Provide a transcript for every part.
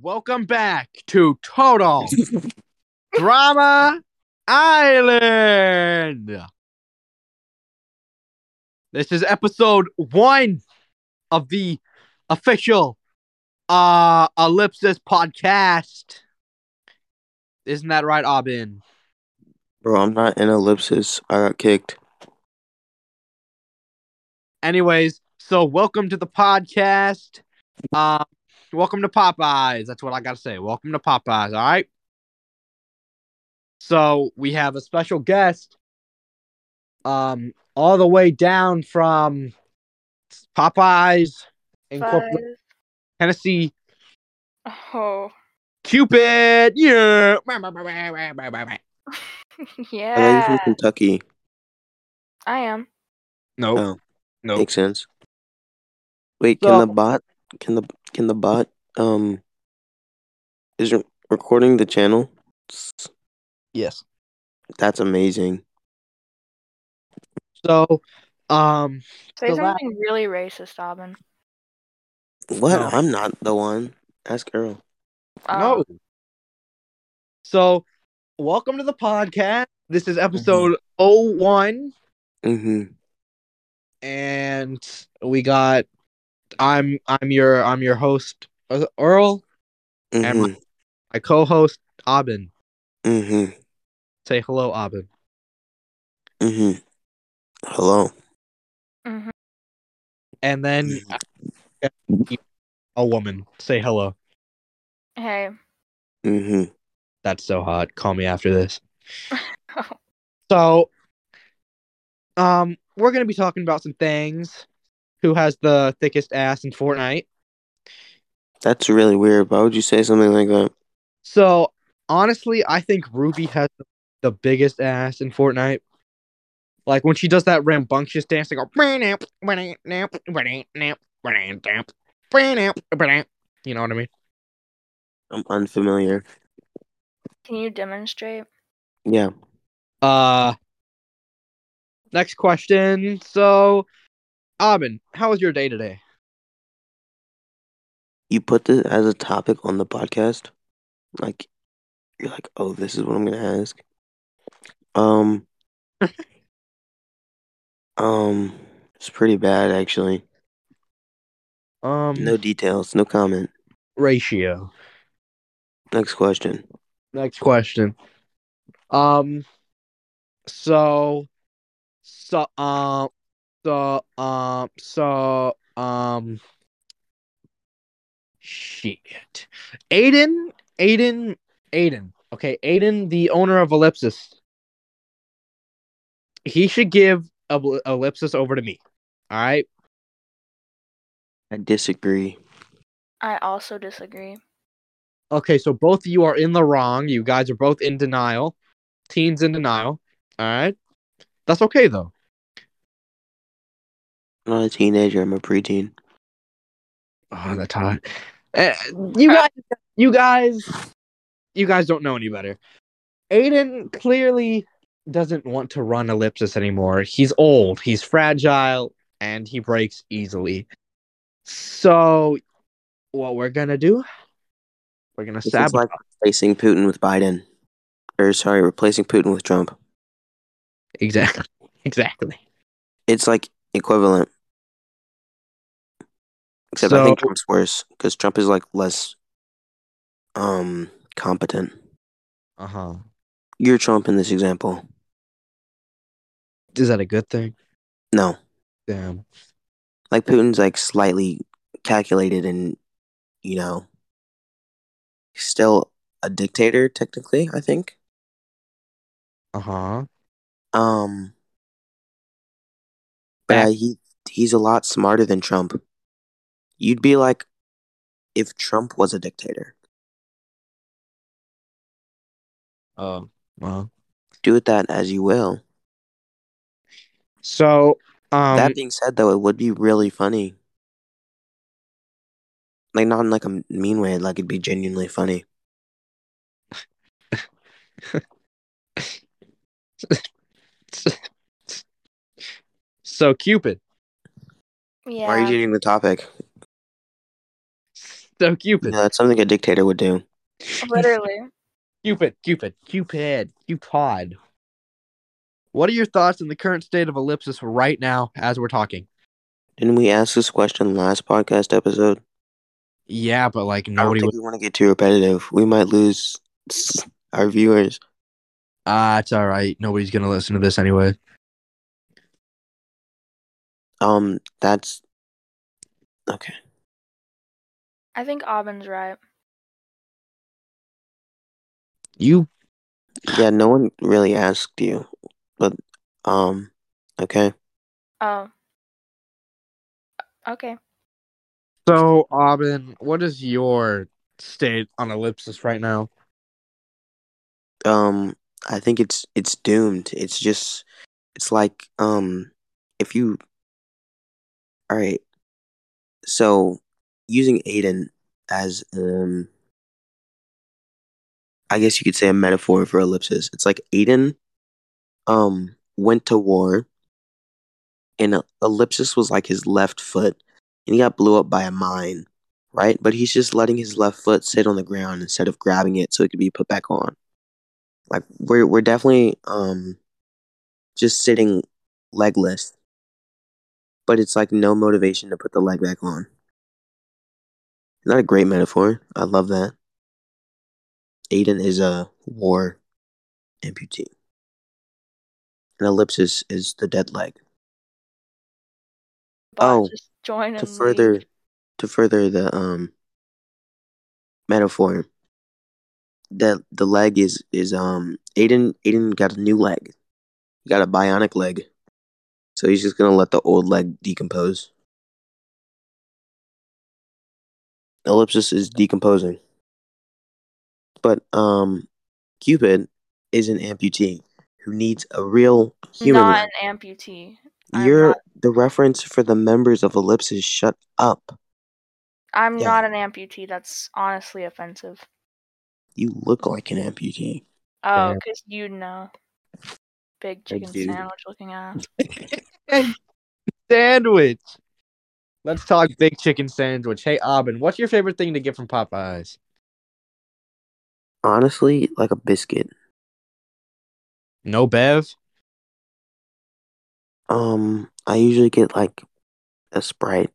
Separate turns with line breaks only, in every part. Welcome back to Total Drama Island. This is episode one of the official uh Ellipsis podcast. Isn't that right, Abin?
Bro, I'm not in ellipsis. I got kicked.
Anyways, so welcome to the podcast. Um, welcome to Popeyes. That's what I gotta say. Welcome to Popeyes. All right. So we have a special guest, um, all the way down from Popeyes Incorporated, Tennessee.
Oh,
Cupid, yeah.
I thought you
yeah.
were from Kentucky.
I am.
Nope.
Oh.
Nope.
Makes sense. Wait, can
So-
the bot can the can the bot um is re- recording the channel? S-
Yes.
That's amazing.
So, um,
Say
The la-
something really racist, Robin.
What?
No.
I'm not the one. Ask Earl.
Um,
no. Um, So, welcome to the podcast. This is episode oh one.
Mm-hmm.
and we got I'm I'm your I'm your host uh, Earl, and
Mm-hmm.
my, my co-host Abin.
Mm-hmm.
Say hello, Abin.
Mm-hmm. Hello.
mm-hmm.
And then a woman. Say hello.
Hey.
Mm-hmm.
That's so hot. Call me after this. So, um, we're gonna be talking about some things. Who has the thickest ass in Fortnite?
That's really weird. Why would you say something like that?
So honestly, I think Ruby has the biggest ass in Fortnite. Like when she does that rambunctious dance, they go. You know what I mean?
I'm unfamiliar.
Can you demonstrate?
Yeah.
Uh. Next question. So, Abin, how was your day today?
you put this as a topic on the podcast, like you're like, oh, this is what I'm gonna ask. Um, um, it's pretty bad actually.
Um,
No details, no comment.
ratio.
Next question.
Next question. Um. So. So. Um. So. Um. So. Um. Shit. Aiden. Aiden. Aiden. Okay. Aiden, the owner of Ellipsis. He should give Ell- Ellipsis over to me. All right.
I disagree.
I also disagree.
Okay. So both of you are in the wrong. You guys are both in denial. Teens in denial. All right. That's okay though.
I'm not a teenager. I'm a preteen.
Oh, that's hot. Uh, you guys, you guys, you guys don't know any better. Aiden clearly doesn't want to run ellipsis anymore. He's old, he's fragile, and he breaks easily. So, what we're gonna do? We're gonna
This is
sabotage.
like replacing Putin with Biden, or sorry, replacing Putin with Trump.
exactly, exactly.
It's like equivalent, except I
So-
think Trump's worse because Trump is like less um competent.
Uh
Uh-huh.
huh.
You're Trump in this example.
Is that a good thing?
No.
Damn.
Like Putin's like slightly calculated and you know still a dictator technically, I think.
Uh huh.
Um but uh,
Fact.
he he's a lot smarter than Trump. You'd be like if Trump was a dictator.
Um. Well.
Do with that as you will.
So. Um.
that being said though, it would be really funny. Like not in like a mean way, like it'd be genuinely funny.
so Cupid.
Yeah.
Why are you getting the topic?
So Cupid,
Yeah, that's something a dictator would do.
Literally.
Cupid, Cupid, Cupid, Cupid. What are your thoughts on the current state of ellipsis right now as we're talking?
Didn't we ask this question last podcast episode?
Yeah, but like
I don't
nobody.
think
Was,
we want to get too repetitive. We might lose our viewers.
ah, it's all right. Nobody's gonna listen to this anyway.
Um, that's okay.
I think Aubin's right.
You
Yeah, no one really asked you, but um, okay.
Oh. Okay.
so Aubin, what is your state on ellipsis right now?
Um, I think it's it's doomed. It's just it's like um, if you all right. So using Aiden as um, I guess you could say a metaphor for ellipsis. It's like Aiden um went to war, and uh, ellipsis was like his left foot, and he got blew up by a mine. Right, but he's just letting his left foot sit on the ground instead of grabbing it so it could be put back on like we're we're definitely um just sitting legless but it's like no motivation to put the leg back on not a great metaphor i love that aiden is a war amputee and ellipsis is the dead leg
Bot,
Oh,
just join
to
and leave.
further to further the um metaphor the the leg is is um aiden aiden got a new leg he got a bionic leg so he's just gonna let the old leg decompose ellipsis is decomposing but um cupid is an amputee who needs a real human leg.
Not an amputee. I'm
you're
not-
the reference for the members of ellipsis shut up
I'm
Yeah.
not an amputee. That's honestly offensive.
You look like an amputee.
Oh,
Damn.
because you know. Big
Big
chicken
dude.
sandwich looking ass.
sandwich. Let's talk big chicken sandwich. Hey, Aubin, what's your favorite thing to get from Popeyes?
Honestly, like a biscuit.
No Bev?
Um, I usually get like a Sprite.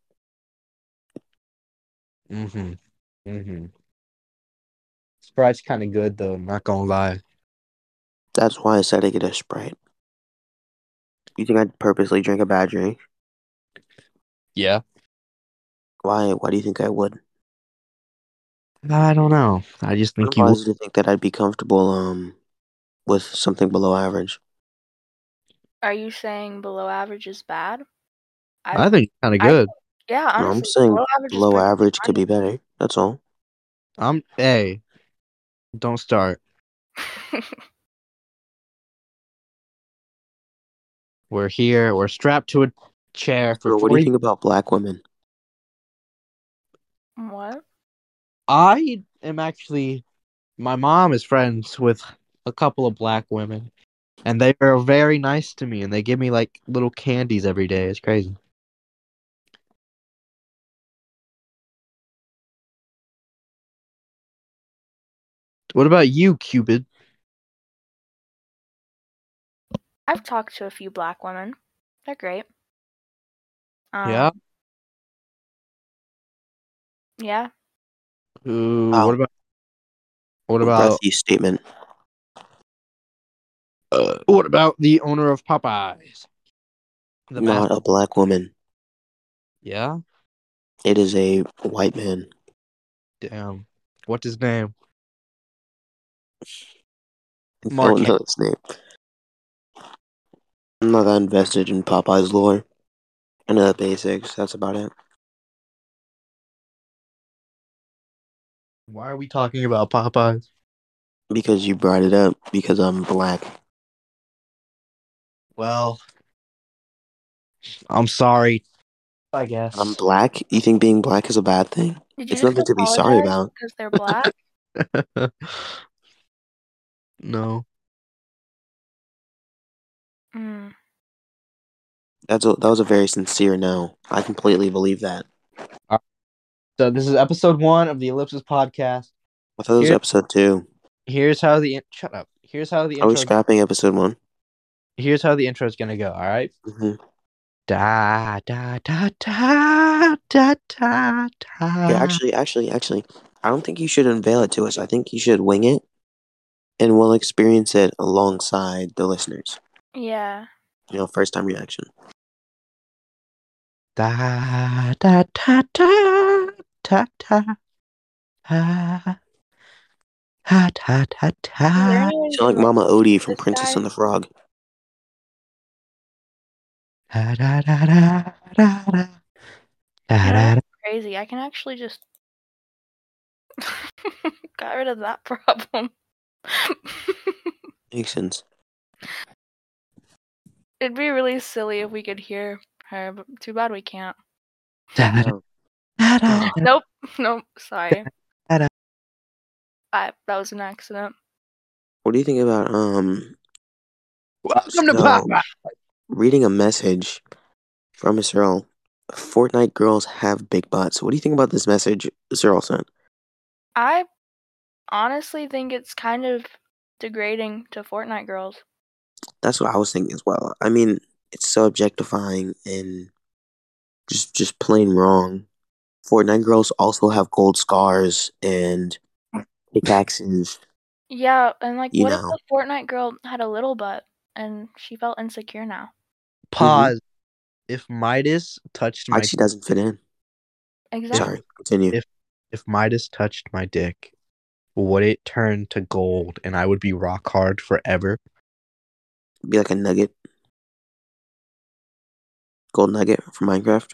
Mm-hmm. Mm-hmm. Sprite's kind of good, though. Not gonna lie.
That's why I said I get a Sprite. You think I'd purposely drink a bad drink?
Yeah.
Why? Why do you think I would?
I don't know. I just think
I'm
you.
positive to think that I'd be comfortable um with something below average.
Are you saying below average is bad?
I think it's kind of
I-
good.
Yeah,
No, I'm
honestly,
saying
below average. is
Below
pretty
average could be
fine.
better. That's all.
I'm. Hey, don't start. We're here. We're strapped to a chair for
Bro, what do
three.
you think about black women?
what?
I am actually. My mom is friends with a couple of black women, and they are very nice to me, and they give me like little candies every day. It's crazy. What about you, Cupid?
I've talked to a few black women. They're great. Um,
Yeah?
Yeah.
Ooh,
Wow.
What about what about
Breathy statement.
uh, what about the owner of Popeyes? The
Not
mas-
a black woman.
yeah,
It is a white man.
damn. What's his name?
I
Mark.
don't know its name. I'm not that invested in Popeye's lore. I know the basics. That's about it.
Why are we talking about Popeyes?
Because you brought it up. Because I'm black.
Well, I'm sorry. I guess.
I'm black. You think being black is a bad thing?
Did you
It's
just
nothing to be sorry
apologize
about.
Because they're black.
no.
mm.
That's a, that was a very sincere no. I completely believe that.
So this is episode one of the Ellipsis podcast.
I thought it was
Here-
episode two.
Here's how the in- shut up. Here's how the
Are we
intro.
scrapping episode one?
Here's how the intro is gonna go. All right.
hmm
Da da da da da da da.
Yeah, actually, actually, actually, I don't think you should unveil it to us. I think you should wing it, and we'll experience it alongside the listeners.
Yeah.
You know, first time reaction.
Da da da da da da da da da da
Is there
da.
any way
You
to
sound like Mama Odie from
This
Princess
guy-
and the Frog.
Da da da da da da. Da da da.
crazy. I can actually just got rid of that problem.
Makes sense.
It'd be really silly if we could hear her, but too bad we can't.
Da
Um,
da da da.
Nope, nope, sorry.
Ta-da.
I, that was an accident.
What do you think about um
Welcome to
So-
Pop.
reading a message from a Cyril? Fortnite girls have big butts. What do you think about this message Cyril sent?
I honestly think it's kind of degrading to Fortnite girls.
That's what I was thinking as well. I mean, it's so objectifying and just just plain wrong. Fortnite girls also have gold scars and pickaxes.
Yeah, and like,
You
what
know.
if the Fortnite girl had a little butt and she felt insecure now?
Pause. If Midas touched my
Actually, doesn't fit in.
Exactly.
Sorry, continue.
If- if Midas touched my dick, would it turn to gold and I would be rock hard forever?
Be like a nugget, gold nugget from Minecraft.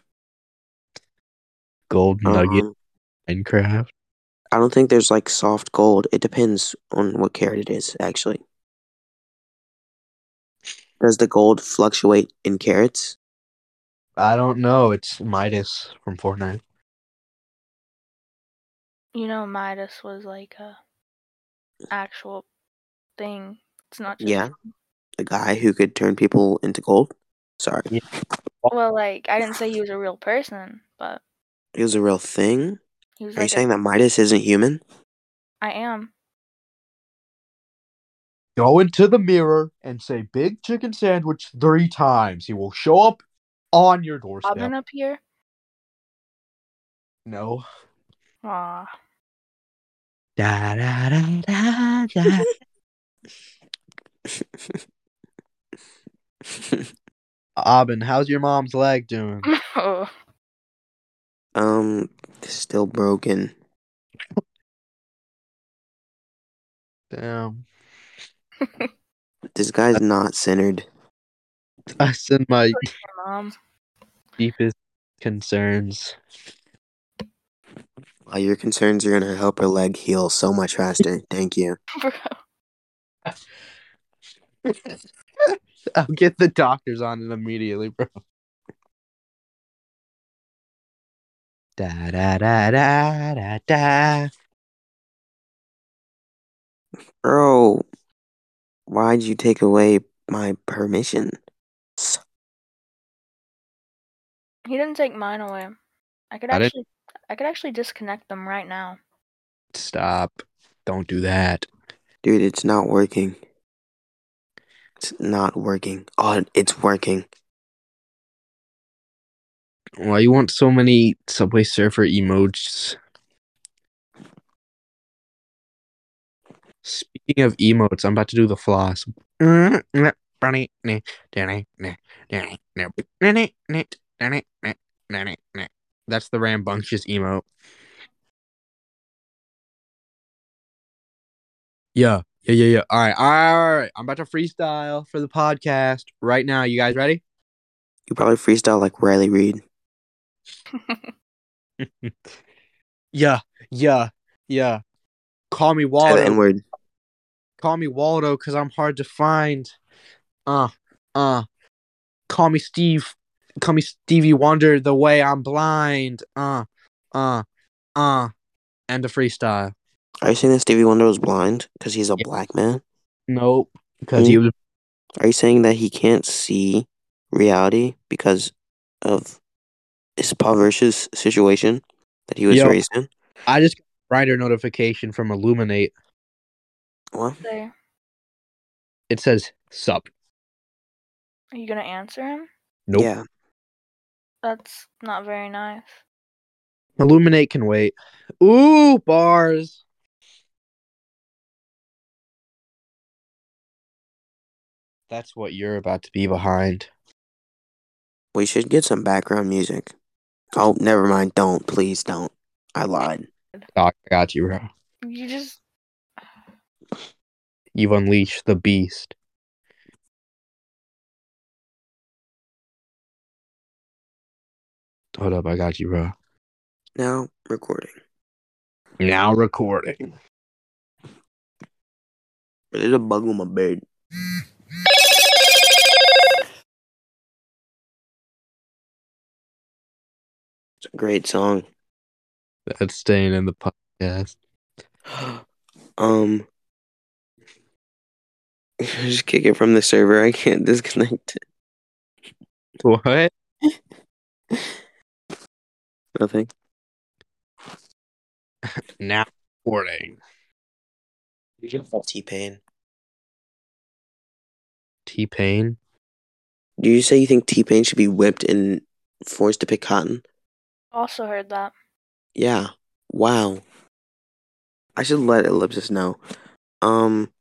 Gold nugget
Um,
Minecraft.
I don't think there's like soft gold. It depends on what carrot it is, actually. Does the gold fluctuate in carats?
I don't know. It's Midas from Fortnite.
You know, Midas was like a actual thing. It's not just
Yeah. The guy who could turn people into gold? Sorry.
well, like I didn't say he was a real person, but
It was a real thing?
he was
Are you
like a-
saying that Midas isn't human?
I am.
Go into the mirror and say big chicken sandwich three times. He will show up on your doorstep.
Robin up here.
No.
Aw.
Da, da, da, da, da. Robin, how's your mom's leg doing?
Oh.
um, still broken.
Damn.
This guy's not centered.
I send my
Mom.
deepest concerns.
While your concerns are going to help her leg heal so much faster. Thank you.
Bro.
I'll get the doctors on it immediately, bro. Da da da da da da.
Bro, why'd you take away my permission?
He didn't take mine away. I could
I didn't-
actually I could actually disconnect them right now.
Stop. Don't do that.
Dude, it's not working. It's not working. Oh, it- it's working.
Why you want so many Subway Surfer emojis? Speaking of emotes, I'm about to do the floss. That's the rambunctious emote. Yeah, yeah, yeah, yeah. All right, all right. I'm about to freestyle for the podcast right now. You guys ready?
You probably freestyle like Riley Reed.
Yeah, yeah, yeah. Call me
Say
Waldo.
the N word.
Call me Waldo because I'm hard to find. Uh, uh. Call me Steve. Call me Stevie Wonder the way I'm blind. Uh, uh, uh. And a freestyle.
Are you saying that Stevie Wonder was blind because he's a
Yeah.
black man?
Nope. Because he was.
Are you saying that he can't see reality because of his impoverished situation? that he was
Yo.
raised in.
I just got a writer notification from Illuminate.
Well,
There.
It says sup.
Are you gonna answer him?
Nope.
yeah,
That's not very nice.
Illuminate can wait. Ooh, bars. That's what you're about to be behind.
we should get some background music. Oh, never mind. Don't please don't. I lied.
Doc, I got you, bro.
You just
You've unleashed the beast. Hold up, I got you, bro.
Now recording,
Now recording.
but there's a bug on my bed. It's a great song.
That's staying in the podcast.
um, just kick it from the server. I can't disconnect.
What?
Nothing.
Now recording.
T Pain.
T Pain.
Do you say you think T Pain should be whipped and forced to pick cotton?
also heard that.
Yeah. Wow. I should let Ellipsis know. Um.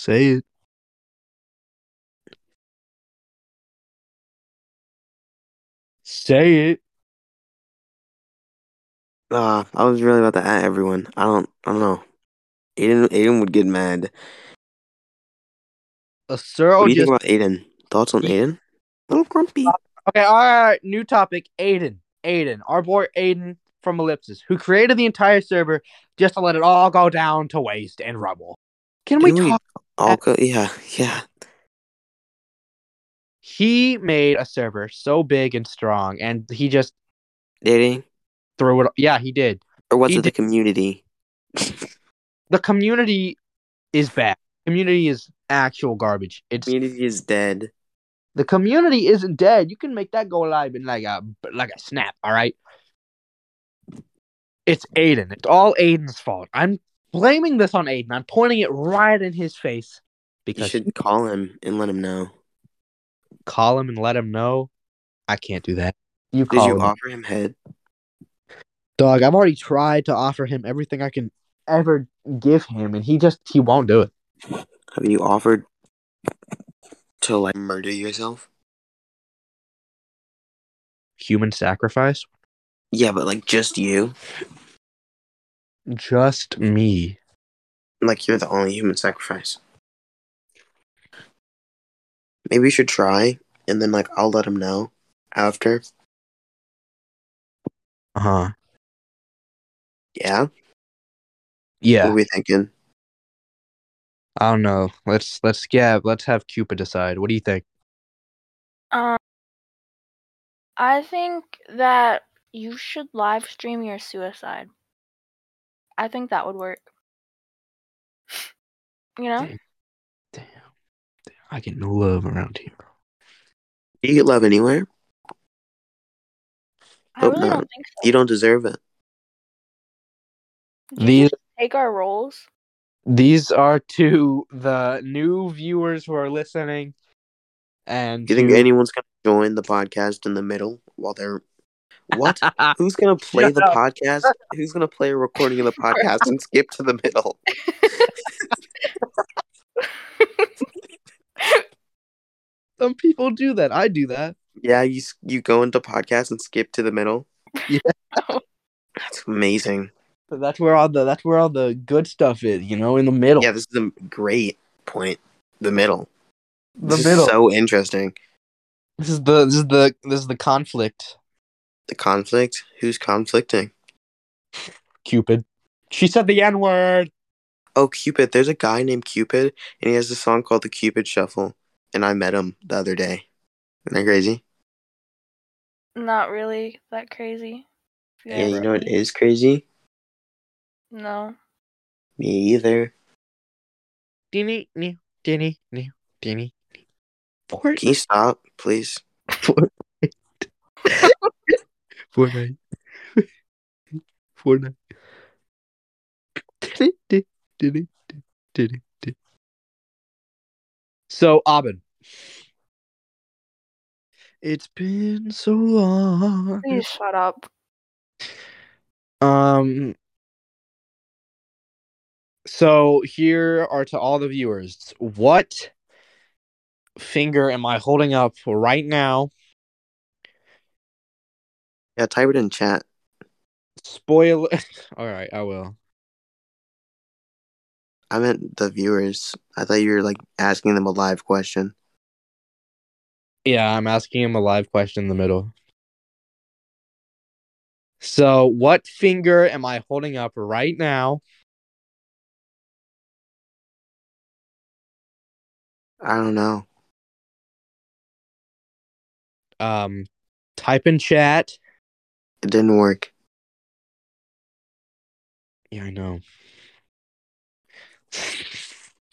Say it. Say it.
Ah, I was really about to at everyone. I don't. I don't know. Aiden. Aiden would get mad.
A Cyril
what do you
just
think about Aiden? Thoughts on
Ye-
Aiden? Oh, little grumpy.
Okay, all right, new topic. Aiden. Aiden. Our boy Aiden from Ellipsis, who created the entire server just to let it all go down to waste and rubble. Can we
Didn't we-
talk?
All go- yeah, yeah.
He made a server so big and strong, and he just
Dating
threw it. Yeah, he did.
or was
He
it the community?
The community is bad. Community is actual garbage. It's
Community is dead.
the community isn't dead. You can make that go live in like a like a snap. All right. It's Aiden. It's all Aiden's fault. I'm blaming this on Aiden. I'm pointing it right in his face
You
because
should call him and let him know.
call him and let him know. I can't do that. You
Did
call
you
him,
offer him head?
dog. I've already tried to offer him everything I can ever give him, and he just he won't do it.
Have you offered to like murder yourself?
Human sacrifice.
Yeah, but like just you.
Just me.
Like you're the only human sacrifice. Maybe you should try, and then like I'll let him know after.
Uh huh.
Yeah. What
Yeah.
are we thinking?
I don't know. Let's let's yeah. Let's have Cupid decide. What do you think?
Um, I think that you should live stream your suicide. I think that would work. You know,
Damn. Damn. I get no love around here.
Do you get love anywhere?
I
Hope
really
not.
don't think so.
You don't deserve it.
Do you
These
take our roles.
these are to the new viewers who are listening and
Do you think
to-
anyone's gonna join the podcast in the middle while they're what? Who's gonna play
Shut
the
up.
podcast? Who's gonna play a recording of the podcast and skip to the middle?
some people do that. I do that.
Yeah, you s- you go into podcast and skip to the middle.
Yeah.
That's amazing.
So that's where all the that's where all the good stuff is, you know, in the middle.
Yeah, this is a great point. The middle.
the
This is
middle.
so interesting.
this is the this is the this is the conflict.
The conflict. Who's conflicting?
Cupid. She said the N word.
Oh, Cupid. There's a guy named Cupid, and he has a song called the Cupid Shuffle. And I met him the other day. Isn't that crazy?
Not really that crazy. If
Yeah, you
ever-
know it is crazy.
No.
Me either.
Dinny, dinny, dinny, dinny. Fort.
Can you stop, please?
Fortnite. Fortnite. Fortnite. So, Abin. It's been so long.
Please shut up.
Um. So here are to all the viewers. What finger am I holding up right now?
Yeah, type it in chat.
Spoiler. all right, I will.
I meant the viewers. I thought you were like asking them a live question.
Yeah, I'm asking him a live question in the middle. So, what finger am I holding up right now?
I don't know.
Um, type in chat.
It didn't work.
Yeah, I know.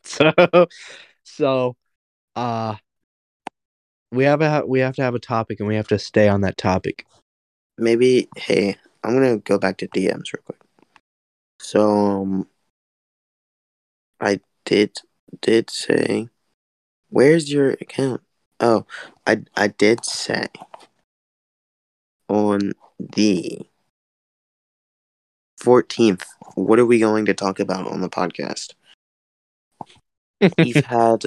so, so, uh, we have a we have to have a topic, and we have to stay on that topic.
Maybe hey, I'm gonna go back to DMs real quick. So um, I did did say, where's your account? Oh, I I did say on the fourteenth. What are we going to talk about on the podcast? We've had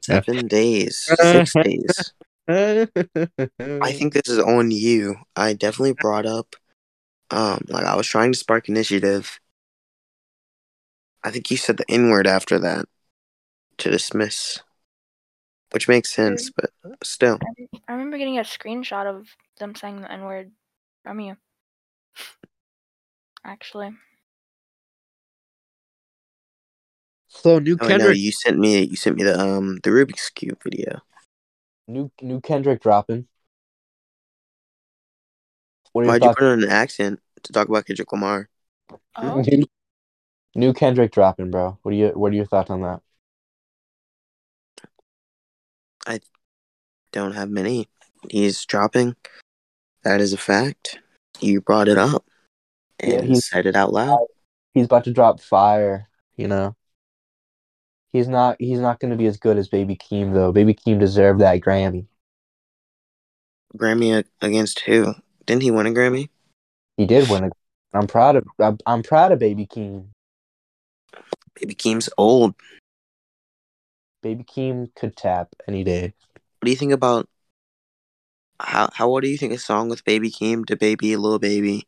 seven days, six days. I
I
think this is on you. I definitely brought up, um, like I was trying to spark initiative. I think you said the N word after that to dismiss, which makes sense, but still,
I remember getting a screenshot of them saying the N word from you. Actually,
so. New
oh, wait, no,
Kendrick,
you sent me you sent me the um the Rubik's cube video.
new new Kendrick dropping. What are your
Why'd you
thoughts?
put on an accent to talk about Kendrick Lamar?
oh,
New, new Kendrick dropping, bro. What do you What are your thoughts on that?
Don't have many. He's dropping. That is a fact. You brought it up and
Yeah, he's-
said it out loud.
He's about to drop fire. You know. He's not. He's not going to be as good as Baby Keem though. Baby Keem deserved that Grammy.
Grammy a- against who? Didn't he win a Grammy?
He did win. A, I'm proud of. I'm, I'm proud of Baby Keem.
Baby Keem's old.
Baby Keem could tap any day.
What do you think about how how well do you think a song with Baby Keem to Baby Little Baby,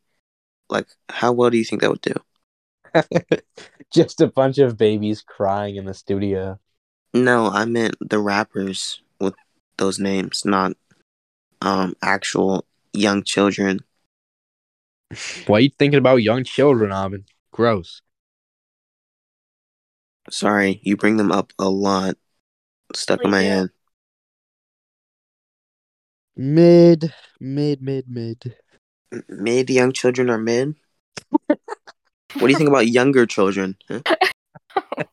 like how well do you think that would do?
Just a bunch of babies crying in the studio.
No, I meant the rappers with those names, not um actual young children.
Why are you thinking about young children, Abin? Gross.
Sorry, you bring them up a lot. Stuck in my
Like, yeah.
head.
Mid, mid, mid, mid.
M- Mid young children are mid. what do you think about younger children? huh?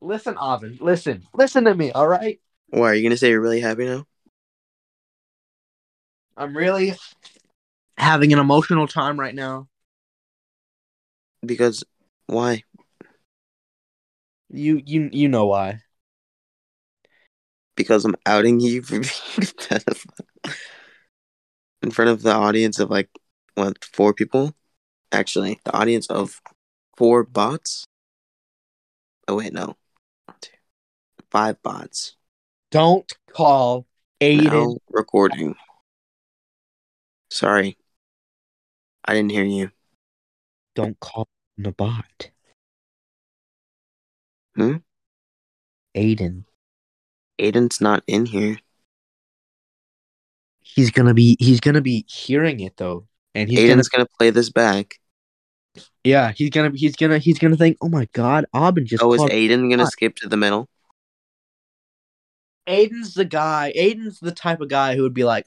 Listen, Abin. Listen. Listen to me, all right?
Why are you gonna say you're really happy now?
I'm really having an emotional time right now.
Because why?
You you you know why.
because I'm outing you for being a pedophile in front of the audience of like what four people, actually the audience of four bots. Oh wait, no, One, two, five bots.
Don't call Aiden.
Now recording. Sorry, I didn't hear you.
Don't call the bot.
Hmm?
Aiden.
Aiden's not in here.
He's gonna be he's gonna be hearing it though. And he's gonna
Aiden's gonna play this back.
Yeah, he's gonna he's gonna he's gonna think, oh my god, Aubin just
Oh, is
called
Aiden gonna
bot.
skip to the middle?
Aiden's the guy Aiden's the type of guy who would be like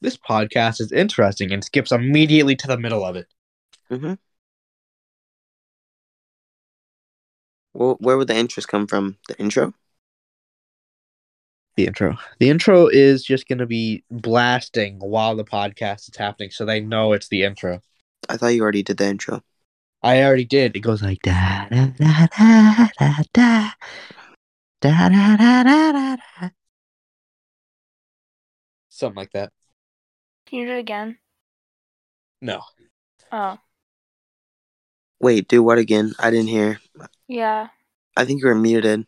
this podcast is interesting and skips immediately to the middle of it.
Mm-hmm. Well, where would the interest come from? The intro?
the intro. The intro is just going to be blasting while the podcast is happening, so they know it's the intro.
I thought you already did the intro.
I already did. It goes like da da da da da da da da da da da da. Something like that.
Can you do it again?
No.
Oh,
Wait, do what again? I didn't hear.
yeah.
I think you were muted.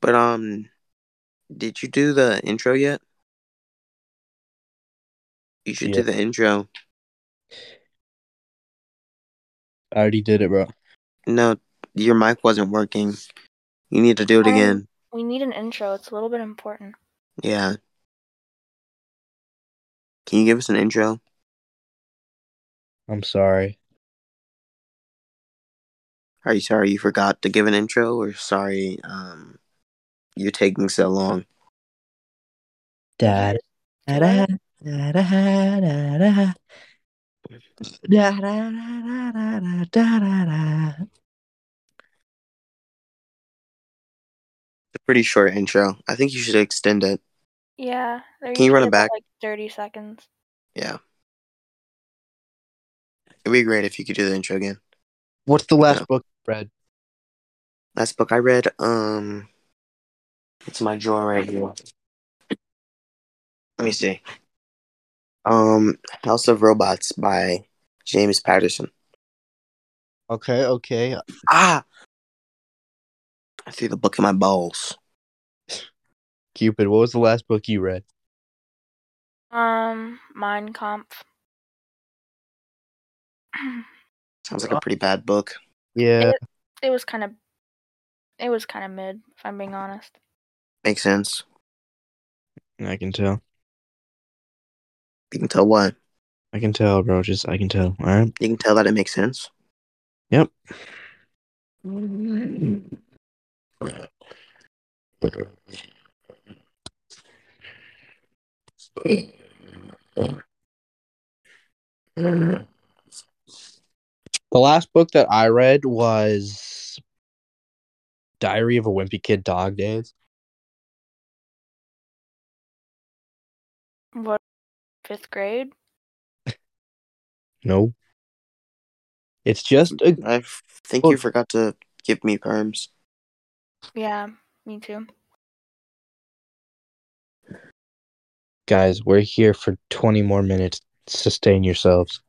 But um did you do the intro yet? You should do
Yeah.
the intro.
I already did it, bro.
No, your mic wasn't working. You need to do it
Um,
again.
We need an intro. It's a little bit important.
Yeah. Can you give us an intro?
I'm sorry.
Are you sorry you forgot to give an intro or sorry um you're taking so long?
Da da da da da da da. Da da da da da da da da.
It's a pretty short intro. I think you should extend it.
Yeah. they're
Can you run
usually
it
about,
back?
Like thirty seconds.
It'd be great if you could do the intro again.
What's the
Yeah.
last book you read?
Last book I read, um, it's in my drawer right here. Let me see. Um, House of Robots by James Patterson.
Okay, okay.
Ah, I threw the book in my balls.
Cupid, what was the last book you read?
Um, Mein Kampf.
Sounds like a pretty bad book.
Yeah.
it was kind of, it was kind of mid. If I'm being honest.
Makes sense.
I can tell.
You can tell what.
I can tell, bro. Just I can tell. All right.
You can tell that it makes sense.
Yep. The last book that I read was Diary of a Wimpy Kid Dog Days.
What? Fifth grade.
No. It's just a
I f- think you
Well-
forgot to give me perms.
Yeah, me too.
guys, we're here for 20 more minutes. Sustain yourselves.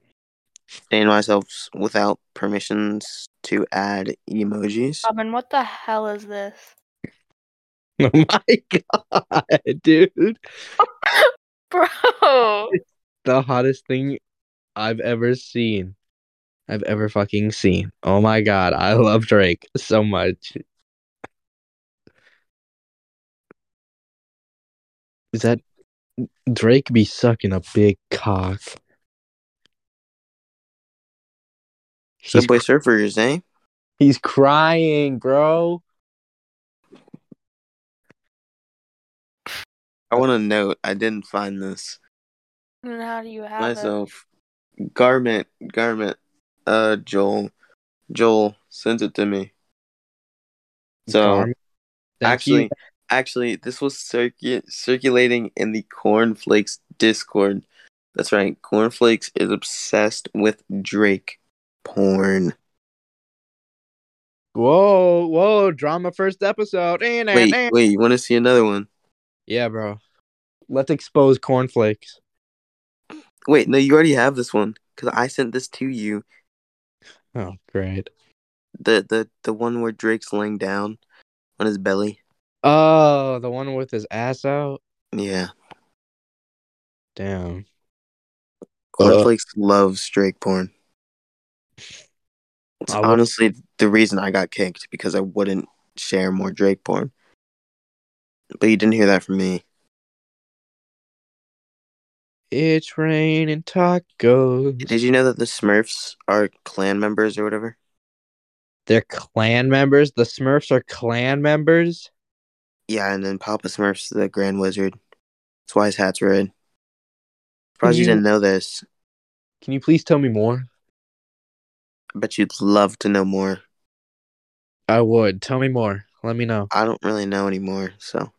Staying myself without permissions to add emojis.
Robin, what the hell is this?
Oh my god, dude.
Bro.
The hottest thing I've ever seen. I've ever fucking seen. Oh my god, I love Drake so much. Is that Drake be sucking a big cock? He's,
Subway Surfers, eh?
he's crying, bro.
I want to note I didn't find this
Then how do you have it?
myself. Garment, garment. Uh, Joel, Joel sent it to me. So
Garmin, thank
actually,
you.
actually, this was circu- circulating in the Cornflakes Discord. That's right. Cornflakes is obsessed with Drake porn.
whoa, whoa, drama first episode. Eh, nah,
Wait,
nah.
wait. You want to see another one?
Yeah, bro. Let's expose cornflakes.
Wait, no, you already have this one because I sent this to you.
Oh, great.
The the the one where Drake's laying down on his belly.
Oh, the one with his ass out.
Yeah.
Damn. Uh,
Cornflakes loves Drake porn. It's
I would-
honestly the reason I got kicked because I wouldn't share more Drake porn. But you didn't hear that from me.
It's raining tacos.
Did you know that the Smurfs are clan members or whatever?
They're clan members. The Smurfs are clan members.
Yeah, and then Papa Smurf's the Grand Wizard. That's why his hat's red. Surprised you didn't know this.
Can you please tell me more?
I bet you'd love to know more.
I would. Tell me more. Let me know.
I don't really know anymore. So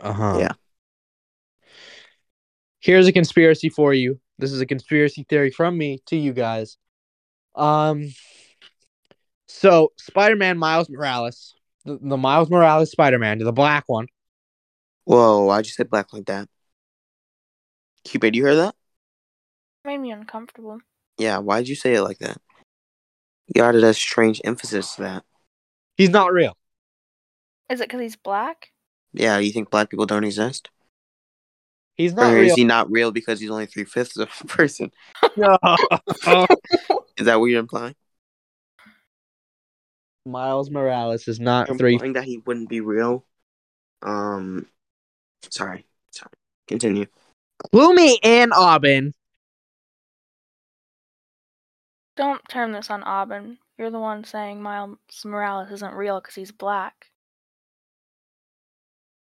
Uh huh.
Yeah.
Here's a conspiracy for you. This is a conspiracy theory from me to you guys. Um. So Spider-Man Miles Morales, the, the Miles Morales Spider-Man, the black one.
whoa, why'd you say black like that? Cupid, you heard that?
Made me uncomfortable.
Yeah, why'd you say it like that? You added a strange emphasis to that.
He's not real.
Is it because he's black?
Yeah, you think black people don't exist?
He's not
or
real.
is he not real because he's only three fifths of a person?
No.
Is that what you're implying?
Miles Morales is not
You're
three.
implying that he wouldn't be real. Um, sorry, sorry. Continue.
Clue me in, Aubin.
Don't turn this on Aubin. You're the one saying Miles Morales isn't real because he's black.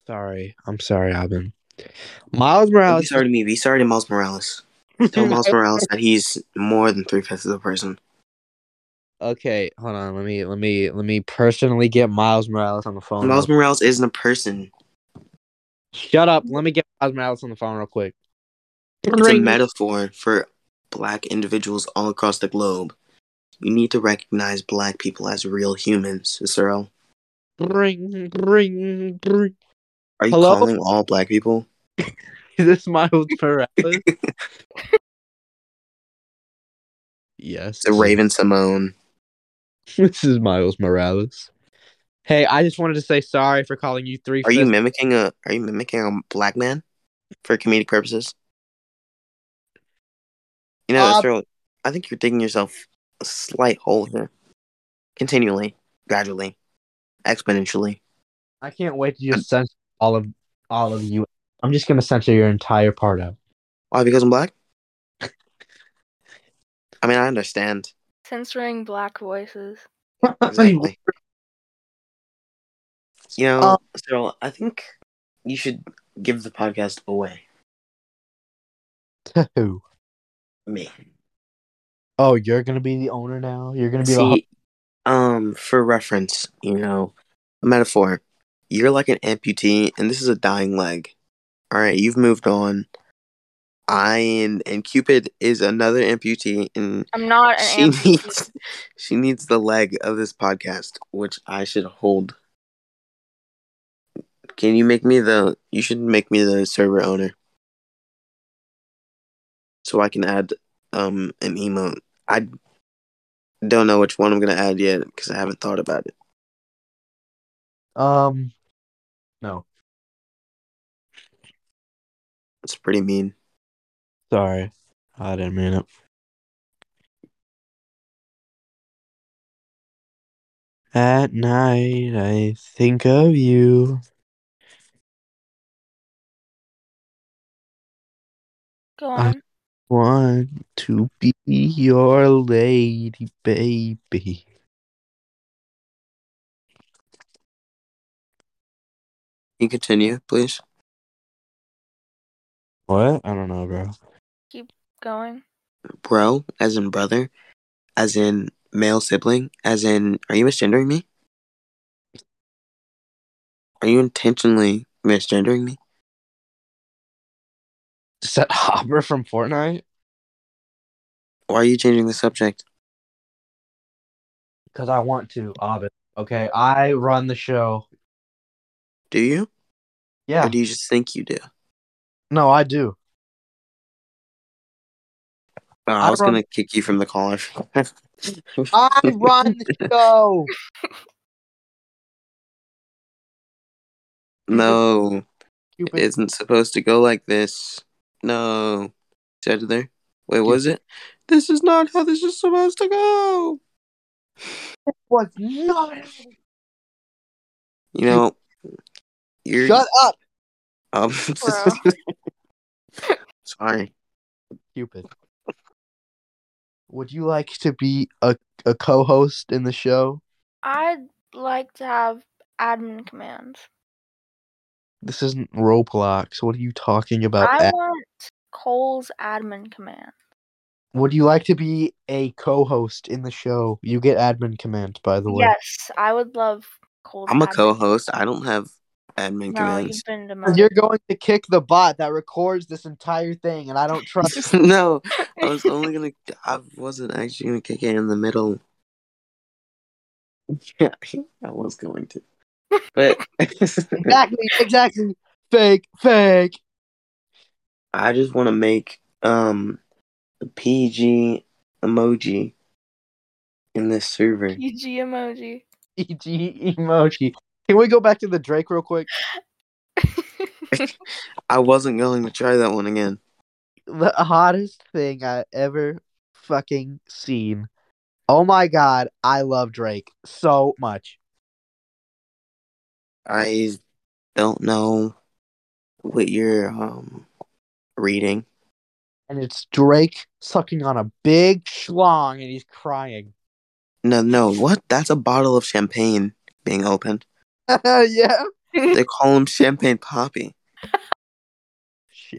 Sorry, I'm sorry, Aubin. Miles Morales. Mm-hmm.
Don't be sorry to me. Be sorry to Miles Morales. Tell Miles Morales that he's more than three fifths of a person.
Okay, hold on. Let me let me let me personally get Miles Morales on the phone.
Miles Morales isn't a person.
Shut up. Let me get Miles Morales on the phone real quick.
It's a
Ring.
metaphor for black individuals all across the globe. You need to recognize black people as real humans, Cicero.
Ring, ring, ring.
Are you
Hello?
calling all black people?
Is this Miles Morales? yes.
It's a Raven Simone.
This is Miles Morales. Hey, I just wanted to say sorry for calling you three.
Are you
fifths-
mimicking a Are you mimicking a black man for comedic purposes? You know,
Uh,
Cicero, I think you're digging yourself a slight hole here. Continually, gradually, exponentially.
I can't wait to just censor all of all of you. I'm just gonna censor your entire part out.
Why? Because I'm black. I mean, I understand
Censoring black voices.
exactly. you know,
Uh,
Cyril, I think you should give the podcast away.
To who?
Me.
Oh, you're gonna be the owner now. You're gonna be the
See, um, for reference, you know, a metaphor. You're like an amputee, and this is a dying leg. All right, you've moved on. I and and Cupid is another amputee, and
I'm not an
she
amputee.
needs she needs the leg of this podcast, which I should hold. Can you make me the? You should make me the server owner, so I can add um an emote. I don't know which one I'm gonna add yet because I haven't thought about it.
Um, no,
It's pretty mean.
sorry, I didn't mean it. At night, I think of you.
Go
Uh,
on.
Want to be your lady, baby.
Can you continue, please?
What? I don't know, bro.
Going.
Bro, as in brother, as in male sibling, as in are you misgendering me? Are you intentionally misgendering me?
Is that Hopper from Fortnite?
Why are you changing the subject?
Because I want to, Abed. Okay, I run the show.
Do you?
Yeah,
Or do you just think you do?
no, I do.
Oh, I,
I
was
run-
gonna kick you from the caller.
I run the show.
no,
Cupid.
it isn't supposed to go like this. No, said there. Wait, what was it? This is not how this is supposed to go.
was not.
You know, you're
Shut up,
um, sorry.
Cupid. Would you like to be a, a co host in the show?
I'd like to have admin commands.
This isn't Roblox. What are you talking about?
I
Ad-
want Cole's admin command.
Would you like to be a co host in the show? You get admin commands, by the way.
Yes, I would love cold.
I'm a
admin.
co-host. I don't have admin
Oh, No,
commands.
you've been
You're
demoted.
going to kick the bot that records this entire thing, and I don't trust.
no, I was only gonna. I wasn't actually gonna kick it in the middle. Yeah, I was going to, but
exactly, exactly. Fake, fake.
I just want to make um a PG emoji in this server.
PG emoji.
EG E emoji. Can we go back to the Drake real quick?
I wasn't going to try that one again.
The hottest thing I ever fucking seen. Oh my god, I love Drake so much.
I don't know what you're um reading.
And it's Drake sucking on a big schlong and he's crying.
No, no, what? That's a bottle of champagne being opened.
yeah.
They call him champagne poppy.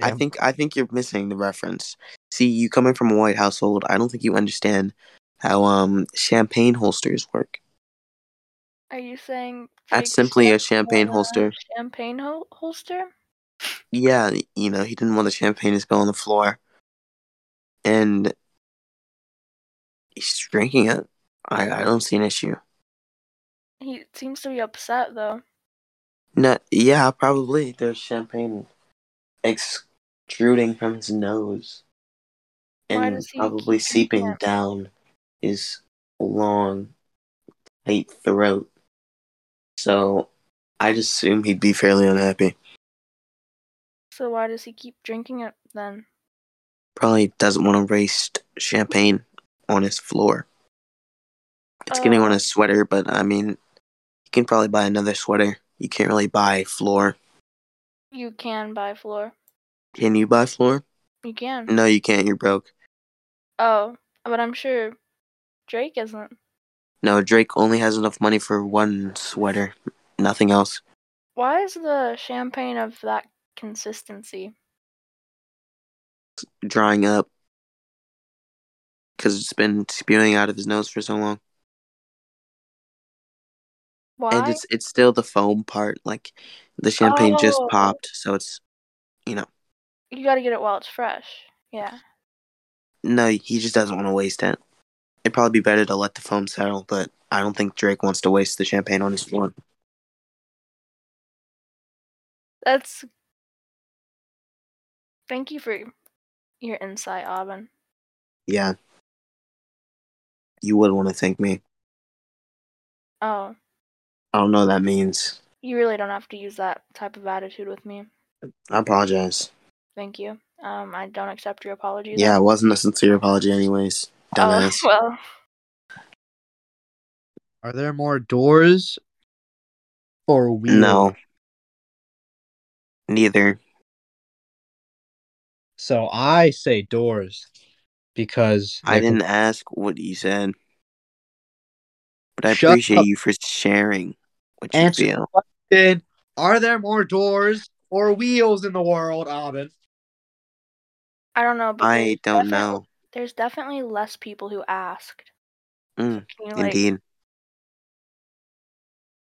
I
Sham-
think I think you're missing the reference. See, you coming from a white household, I don't think you understand how um champagne holsters work.
Are you saying
That's
Drake's
simply a
stuck
champagne
on a
holster.
Champagne hol- holster.
Yeah, you know, he didn't want the champagne to spill on the floor. And he's drinking it. I, I don't see an issue.
He seems to be upset though.
No, yeah, probably. There's champagne extruding from his nose
Why
and
does he
probably
keep
seeping
drinking it?
down his long, tight throat. So I just assume he'd be fairly unhappy.
So why does he keep drinking it then?
Probably doesn't want to waste champagne on his floor. It's getting
Oh.
on his sweater, but I mean, you can probably buy another sweater. You can't really buy floor.
You can buy floor.
Can you buy floor?
You can.
No, you can't. You're broke.
Oh, but I'm sure Drake isn't.
No, Drake only has enough money for one sweater, nothing else.
Why is the champagne of that consistency?
Drying up because it's been spewing out of his nose for so long,
Why?
and it's it's still the foam part. Like the champagne just
Oh.
popped, so it's you know
You gotta get it while it's fresh. Yeah.
no, he just doesn't want to waste it. It'd probably be better to let the foam settle, but I don't think Drake wants to waste the champagne on his floor.
That's. Thank you for your insight, Aubin.
Yeah, you would want to thank me.
Oh,
I don't know what that means.
you really don't have to use that type of attitude with me.
I apologize.
Thank you. Um, I don't accept your apology.
Yeah, it wasn't a sincere apology, anyways.
Oh,
Dumbass.
well,
Are there more doors or wheels?
No. Neither.
So I say doors because
I
they-
didn't ask what you said. But I
Shut
appreciate
up.
you for sharing what you
Answer.
feel.
Then, are there more doors or wheels in the world, Alvin?
I don't know. But
I
there's
don't
definite-
know.
There's definitely less people who asked.
Mm,
Can you, like,
Indeed.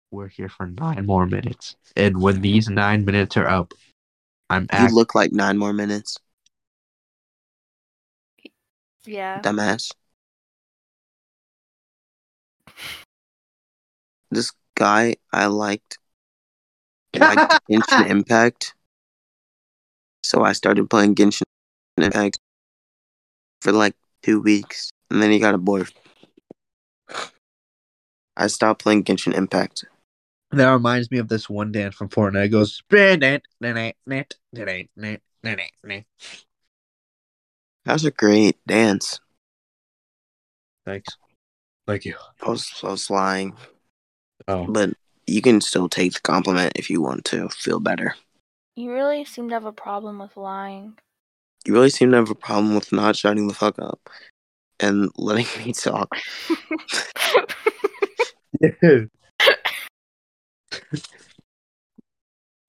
We're here for nine more minutes, and when these nine minutes are up, I'm
You
act-
look like nine more minutes,
Yeah.
dumbass. This guy I liked liked Genshin Impact. So I started playing Genshin Impact for like two weeks and then he got bored. I stopped playing Genshin Impact.
That reminds me of this one dance from Fortnite. It goes spin it, then it, then it, then it, then it, then it, then it.
That was a great dance.
Thanks. Thank you.
I was, I was lying,
Oh,
but you can still take the compliment if you want to feel better.
You really seem to have a problem with lying.
You really seem to have a problem with not shutting the fuck up and letting me talk.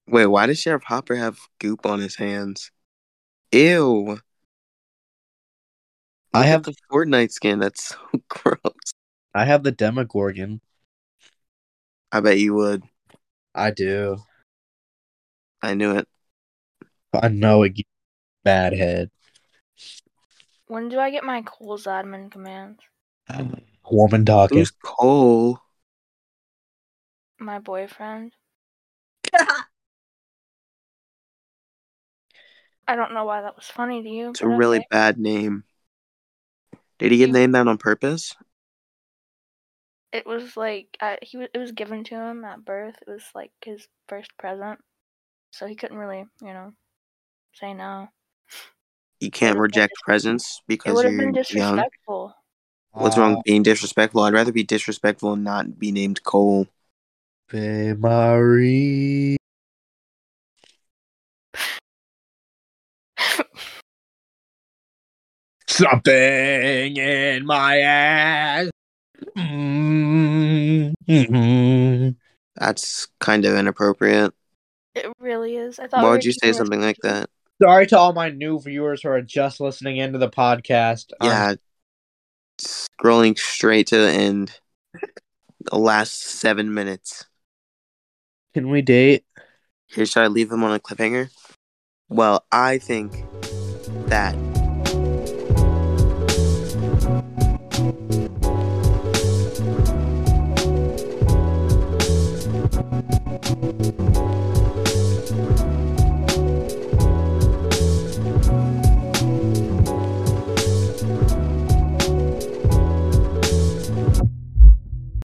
Wait, why does Sheriff Hopper have goop on his hands? Ew. Look
I
at
have-
the Fortnite skin. That's so gross.
I have the Demogorgon.
I bet you would.
I do.
I knew it.
I know it gives you a bad head.
When do I get my Cole's admin commands?
Woman talking.
Um, Who's Cole?
My boyfriend. I don't know why that was funny to you.
It's a
but
really
okay.
bad name. Did he get named that on purpose?
It was like I, he was. It was given to him at birth. It was like his first present, so he couldn't really, you know, say no.
You can't
would've been
reject
dis-
presents
It
because
would have
you're
been
young.
disrespectful.
What's
Uh,
wrong with being disrespectful? I'd rather be disrespectful and not be named Cole.
Ave Marie. Something in my ass. Mm-hmm.
That's kind of inappropriate.
It really is. I thought.
Why
we were
would you
keeping
say
this
something like
PG.
that?
Sorry to all my new viewers who are just listening into the podcast. Um, I'm
Yeah. Scrolling straight to the end. The last seven minutes.
Can we date?
Here, should I leave them on a cliffhanger? Well, I think that